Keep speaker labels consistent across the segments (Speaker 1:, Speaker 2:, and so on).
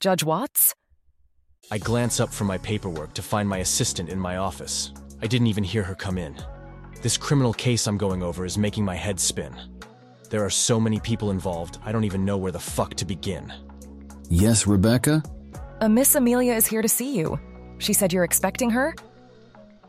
Speaker 1: Judge Watts?
Speaker 2: I glance up from my paperwork to find my assistant in my office. I didn't even hear her come in. This criminal case I'm going over is making my head spin. There are so many people involved, I don't even know where the fuck to begin.
Speaker 3: Yes, Rebecca?
Speaker 1: A uh, Miss Amelia is here to see you. She said you're expecting her?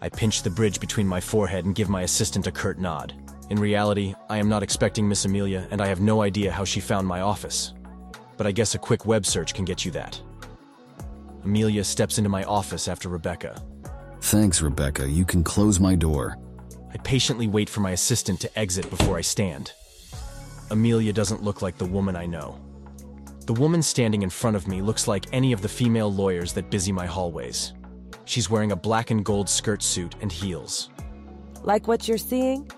Speaker 2: I pinch the bridge between my forehead and give my assistant a curt nod. In reality, I am not expecting Miss Amelia, and I have no idea how she found my office. But I guess a quick web search can get you that. Amelia steps into my office after Rebecca.
Speaker 3: Thanks, Rebecca. You can close my door.
Speaker 2: I patiently wait for my assistant to exit before I stand. Amelia doesn't look like the woman I know. The woman standing in front of me looks like any of the female lawyers that busy my hallways. She's wearing a black and gold skirt suit and heels.
Speaker 4: Like what you're seeing?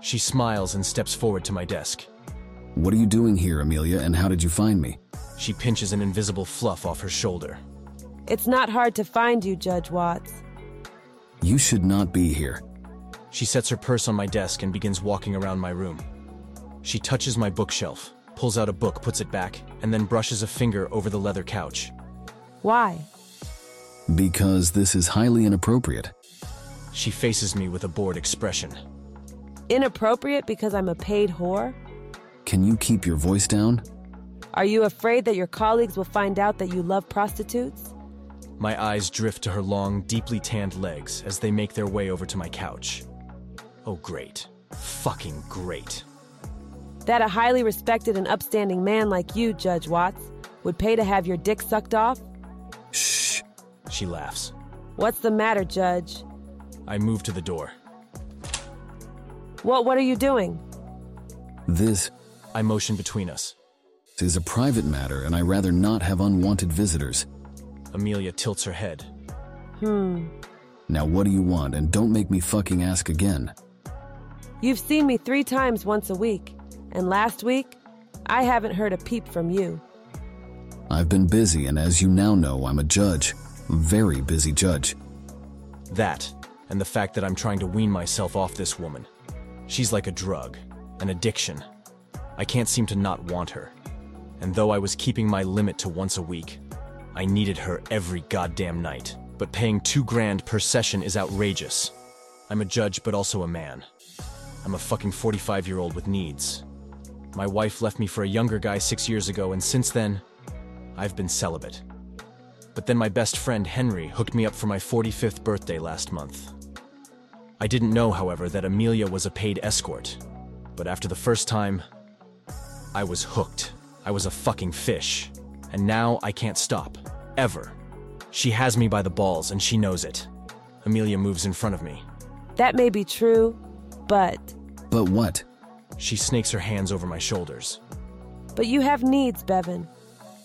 Speaker 2: She smiles and steps forward to my desk.
Speaker 3: What are you doing here, Amelia, and how did you find me?
Speaker 2: She pinches an invisible fluff off her shoulder.
Speaker 4: It's not hard to find you, Judge Watts.
Speaker 3: You should not be here.
Speaker 2: She sets her purse on my desk and begins walking around my room. She touches my bookshelf, pulls out a book, puts it back, and then brushes a finger over the leather couch.
Speaker 4: Why?
Speaker 3: Because this is highly inappropriate.
Speaker 2: She faces me with a bored expression.
Speaker 4: Inappropriate because I'm a paid whore?
Speaker 3: Can you keep your voice down?
Speaker 4: Are you afraid that your colleagues will find out that you love prostitutes?
Speaker 2: My eyes drift to her long, deeply tanned legs as they make their way over to my couch. Oh, great. Fucking great.
Speaker 4: That a highly respected and upstanding man like you, Judge Watts, would pay to have your dick sucked off?
Speaker 3: Shh.
Speaker 2: She laughs.
Speaker 4: What's the matter, Judge?
Speaker 2: I move to the door.
Speaker 4: What what are you doing?
Speaker 3: This
Speaker 2: I motion between us.
Speaker 3: is a private matter, and I rather not have unwanted visitors.
Speaker 2: Amelia tilts her head.
Speaker 4: Hmm.
Speaker 3: Now, what do you want, and don't make me fucking ask again.
Speaker 4: You've seen me 3 times once a week, and last week I haven't heard a peep from you.
Speaker 3: I've been busy, and as you now know, I'm a judge. Very busy judge.
Speaker 2: That, and the fact that I'm trying to wean myself off this woman. She's like a drug, an addiction. I can't seem to not want her. And though I was keeping my limit to once a week, I needed her every goddamn night. But paying two grand per session is outrageous. I'm a judge, but also a man. I'm a fucking 45 year old with needs. My wife left me for a younger guy six years ago, and since then, I've been celibate. But then my best friend Henry hooked me up for my 45th birthday last month. I didn't know, however, that Amelia was a paid escort. But after the first time, I was hooked. I was a fucking fish. And now I can't stop. Ever. She has me by the balls and she knows it. Amelia moves in front of me.
Speaker 4: That may be true, but
Speaker 3: But what?
Speaker 2: She snakes her hands over my shoulders.
Speaker 4: but you have needs, Bevan.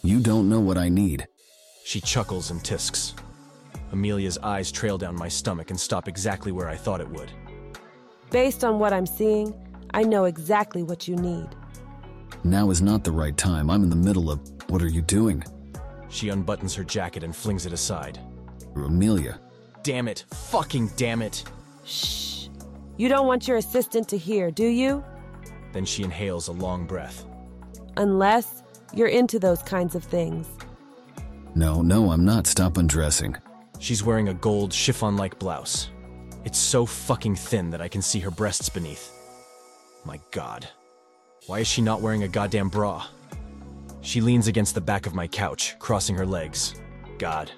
Speaker 3: You don't know what I need.
Speaker 2: She chuckles and tisks. Amelia's eyes trail down my stomach and stop exactly where I thought it would.
Speaker 4: Based on what I'm seeing, I know exactly what you need.
Speaker 3: Now is not the right time. I'm in the middle of. What are you doing?
Speaker 2: She unbuttons her jacket and flings it aside.
Speaker 3: Amelia.
Speaker 2: Damn it. Fucking damn it.
Speaker 4: Shh. You don't want your assistant to hear, do you?
Speaker 2: Then she inhales a long breath.
Speaker 4: Unless you're into those kinds of things.
Speaker 3: No, no, I'm not. Stop undressing.
Speaker 2: She's wearing a gold chiffon like blouse. It's so fucking thin that I can see her breasts beneath. My god. Why is she not wearing a goddamn bra? She leans against the back of my couch, crossing her legs. God,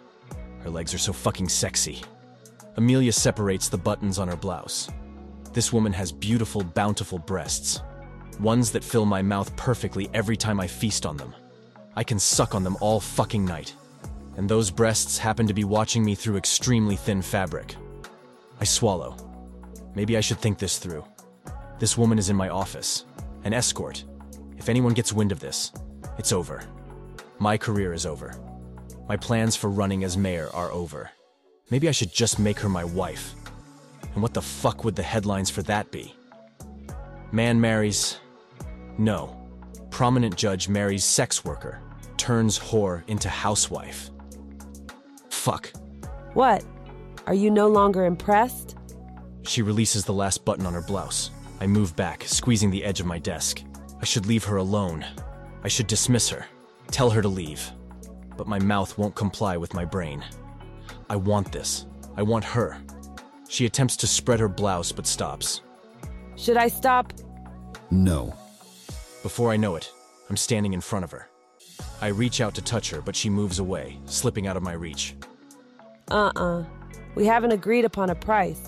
Speaker 2: her legs are so fucking sexy. Amelia separates the buttons on her blouse. This woman has beautiful, bountiful breasts. Ones that fill my mouth perfectly every time I feast on them. I can suck on them all fucking night and those breasts happen to be watching me through extremely thin fabric. I swallow. Maybe I should think this through. This woman is in my office, an escort. If anyone gets wind of this, it's over. My career is over. My plans for running as mayor are over. Maybe I should just make her my wife. And what the fuck would the headlines for that be? Man marries. No. Prominent judge marries sex worker, turns whore into housewife. Fuck.
Speaker 4: What? Are you no longer impressed?
Speaker 2: She releases the last button on her blouse. I move back, squeezing the edge of my desk. I should leave her alone. I should dismiss her. Tell her to leave. but my mouth won't comply with my brain. I want this. I want her. She attempts to spread her blouse but stops.
Speaker 4: Should I stop?
Speaker 3: No.
Speaker 2: Before I know it, I'm standing in front of her. I reach out to touch her, but she moves away, slipping out of my reach.
Speaker 4: Uh uh We haven't agreed upon a price.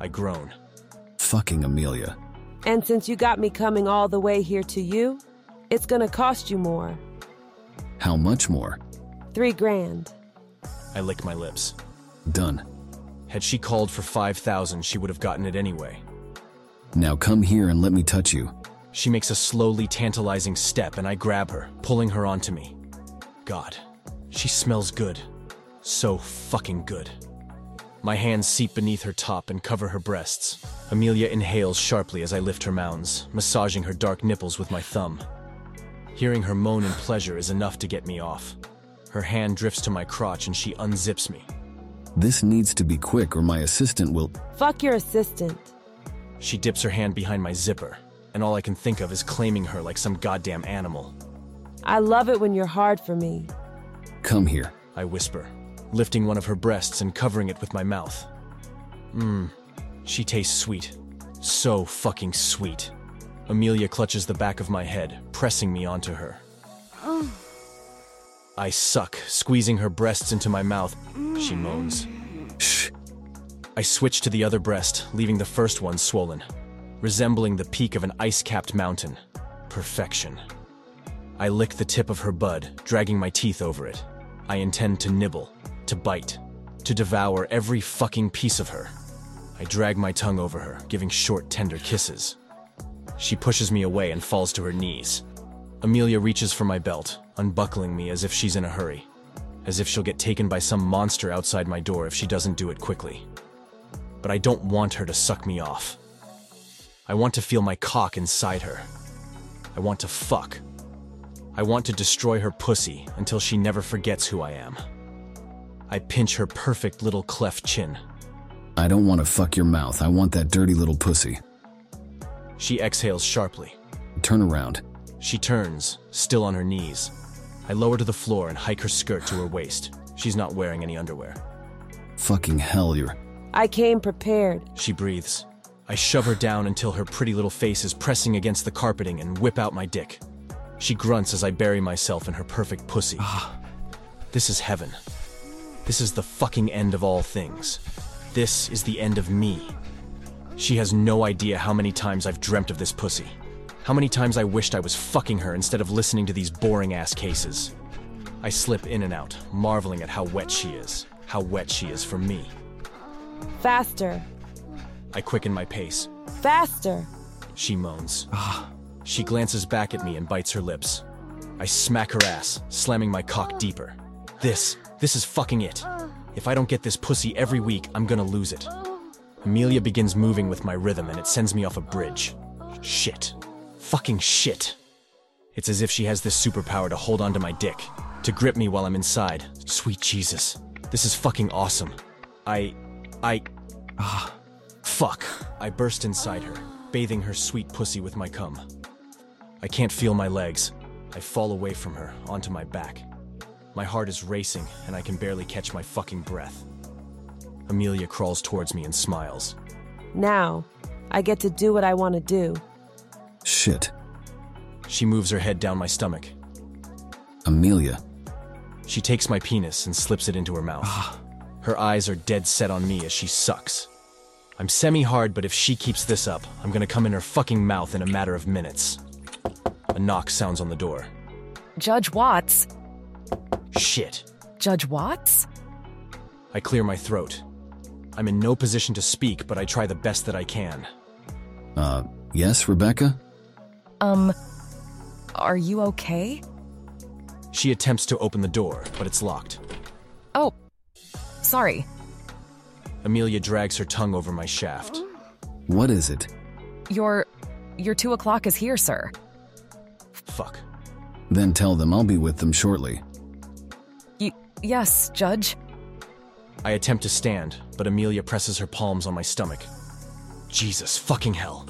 Speaker 2: I groan.
Speaker 3: Fucking Amelia.
Speaker 4: And since you got me coming all the way here to you, it's gonna cost you more.
Speaker 3: How much more?
Speaker 4: Three grand.
Speaker 2: I lick my lips.
Speaker 3: Done.
Speaker 2: Had she called for 5,000, she would have gotten it anyway.
Speaker 3: Now come here and let me touch you.
Speaker 2: She makes a slowly tantalizing step, and I grab her, pulling her onto me. God, she smells good. So fucking good. My hands seep beneath her top and cover her breasts. Amelia inhales sharply as I lift her mounds, massaging her dark nipples with my thumb. Hearing her moan in pleasure is enough to get me off. Her hand drifts to my crotch and she unzips me.
Speaker 3: This needs to be quick or my assistant will.
Speaker 4: Fuck your assistant.
Speaker 2: She dips her hand behind my zipper, and all I can think of is claiming her like some goddamn animal.
Speaker 4: I love it when you're hard for me.
Speaker 3: Come here.
Speaker 2: I whisper, lifting one of her breasts and covering it with my mouth. Mmm, she tastes sweet. So fucking sweet. Amelia clutches the back of my head, pressing me onto her. I suck, squeezing her breasts into my mouth. She moans.
Speaker 3: Shh.
Speaker 2: I switch to the other breast, leaving the first one swollen, resembling the peak of an ice capped mountain. Perfection. I lick the tip of her bud, dragging my teeth over it. I intend to nibble, to bite, to devour every fucking piece of her. I drag my tongue over her, giving short, tender kisses. She pushes me away and falls to her knees. Amelia reaches for my belt, unbuckling me as if she's in a hurry, as if she'll get taken by some monster outside my door if she doesn't do it quickly. But I don't want her to suck me off. I want to feel my cock inside her. I want to fuck. I want to destroy her pussy until she never forgets who I am. I pinch her perfect little cleft chin.
Speaker 3: I don't want to fuck your mouth. I want that dirty little pussy.
Speaker 2: She exhales sharply.
Speaker 3: Turn around.
Speaker 2: She turns, still on her knees. I lower to the floor and hike her skirt to her waist. She's not wearing any underwear.
Speaker 3: Fucking hell, you're.
Speaker 4: I came prepared.
Speaker 2: She breathes. I shove her down until her pretty little face is pressing against the carpeting and whip out my dick. She grunts as I bury myself in her perfect pussy. This is heaven. This is the fucking end of all things. This is the end of me. She has no idea how many times I've dreamt of this pussy. How many times I wished I was fucking her instead of listening to these boring ass cases. I slip in and out, marveling at how wet she is, how wet she is for me.
Speaker 4: Faster.
Speaker 2: I quicken my pace.
Speaker 4: Faster.
Speaker 2: She moans. Ah. She glances back at me and bites her lips. I smack her ass, slamming my cock deeper. This, this is fucking it. If I don't get this pussy every week, I'm gonna lose it. Amelia begins moving with my rhythm and it sends me off a bridge. Shit. Fucking shit. It's as if she has this superpower to hold onto my dick, to grip me while I'm inside. Sweet Jesus. This is fucking awesome. I. I. Fuck! I burst inside her, bathing her sweet pussy with my cum. I can't feel my legs. I fall away from her, onto my back. My heart is racing, and I can barely catch my fucking breath. Amelia crawls towards me and smiles.
Speaker 4: Now, I get to do what I want to do.
Speaker 3: Shit.
Speaker 2: She moves her head down my stomach.
Speaker 3: Amelia.
Speaker 2: She takes my penis and slips it into her mouth. Her eyes are dead set on me as she sucks. I'm semi hard, but if she keeps this up, I'm gonna come in her fucking mouth in a matter of minutes. A knock sounds on the door.
Speaker 1: Judge Watts.
Speaker 2: Shit.
Speaker 1: Judge Watts?
Speaker 2: I clear my throat. I'm in no position to speak, but I try the best that I can.
Speaker 3: Uh, yes, Rebecca?
Speaker 1: Um, are you okay?
Speaker 2: She attempts to open the door, but it's locked.
Speaker 1: Oh, sorry.
Speaker 2: Amelia drags her tongue over my shaft.
Speaker 3: What is it?
Speaker 1: Your, your two o'clock is here, sir.
Speaker 2: Fuck.
Speaker 3: Then tell them I'll be with them shortly.
Speaker 1: Y- yes, Judge.
Speaker 2: I attempt to stand, but Amelia presses her palms on my stomach. Jesus fucking hell,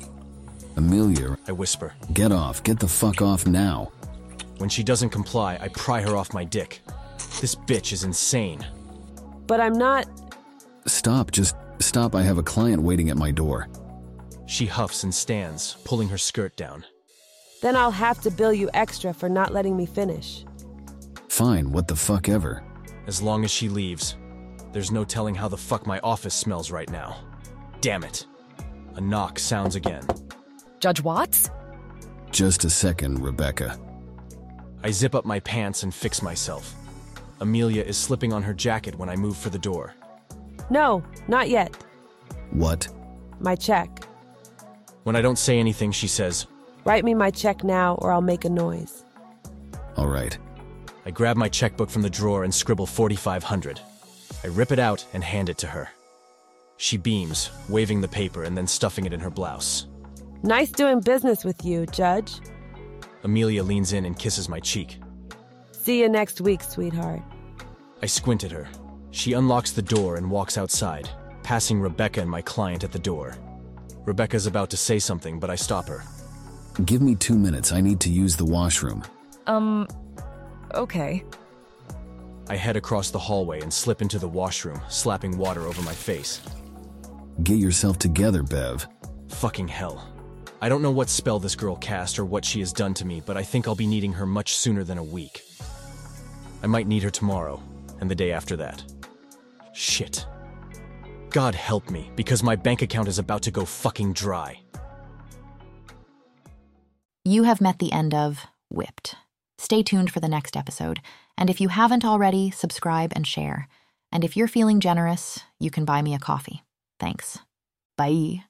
Speaker 3: Amelia,
Speaker 2: I whisper.
Speaker 3: get off. Get the fuck off now.
Speaker 2: When she doesn't comply, I pry her off my dick. This bitch is insane.
Speaker 4: But I'm not.
Speaker 3: Stop, just stop. I have a client waiting at my door.
Speaker 2: She huffs and stands, pulling her skirt down.
Speaker 4: Then I'll have to bill you extra for not letting me finish.
Speaker 3: Fine, what the fuck ever.
Speaker 2: As long as she leaves, there's no telling how the fuck my office smells right now. Damn it. A knock sounds again.
Speaker 1: Judge Watts?
Speaker 3: Just a second, Rebecca.
Speaker 2: I zip up my pants and fix myself. Amelia is slipping on her jacket when I move for the door.
Speaker 4: No, not yet.
Speaker 3: What?
Speaker 4: My check.
Speaker 2: When I don't say anything, she says,
Speaker 4: Write me my check now or I'll make a noise.
Speaker 3: All right.
Speaker 2: I grab my checkbook from the drawer and scribble 4500. I rip it out and hand it to her. She beams, waving the paper and then stuffing it in her blouse.
Speaker 4: Nice doing business with you, Judge.
Speaker 2: Amelia leans in and kisses my cheek.
Speaker 4: See you next week, sweetheart.
Speaker 2: I squint at her. She unlocks the door and walks outside, passing Rebecca and my client at the door. Rebecca's about to say something, but I stop her.
Speaker 3: Give me two minutes. I need to use the washroom.
Speaker 1: Um, okay.
Speaker 2: I head across the hallway and slip into the washroom, slapping water over my face.
Speaker 3: Get yourself together, Bev.
Speaker 2: Fucking hell. I don't know what spell this girl cast or what she has done to me, but I think I'll be needing her much sooner than a week. I might need her tomorrow, and the day after that. Shit. God help me, because my bank account is about to go fucking dry.
Speaker 5: You have met the end of Whipped. Stay tuned for the next episode. And if you haven't already, subscribe and share. And if you're feeling generous, you can buy me a coffee. Thanks. Bye.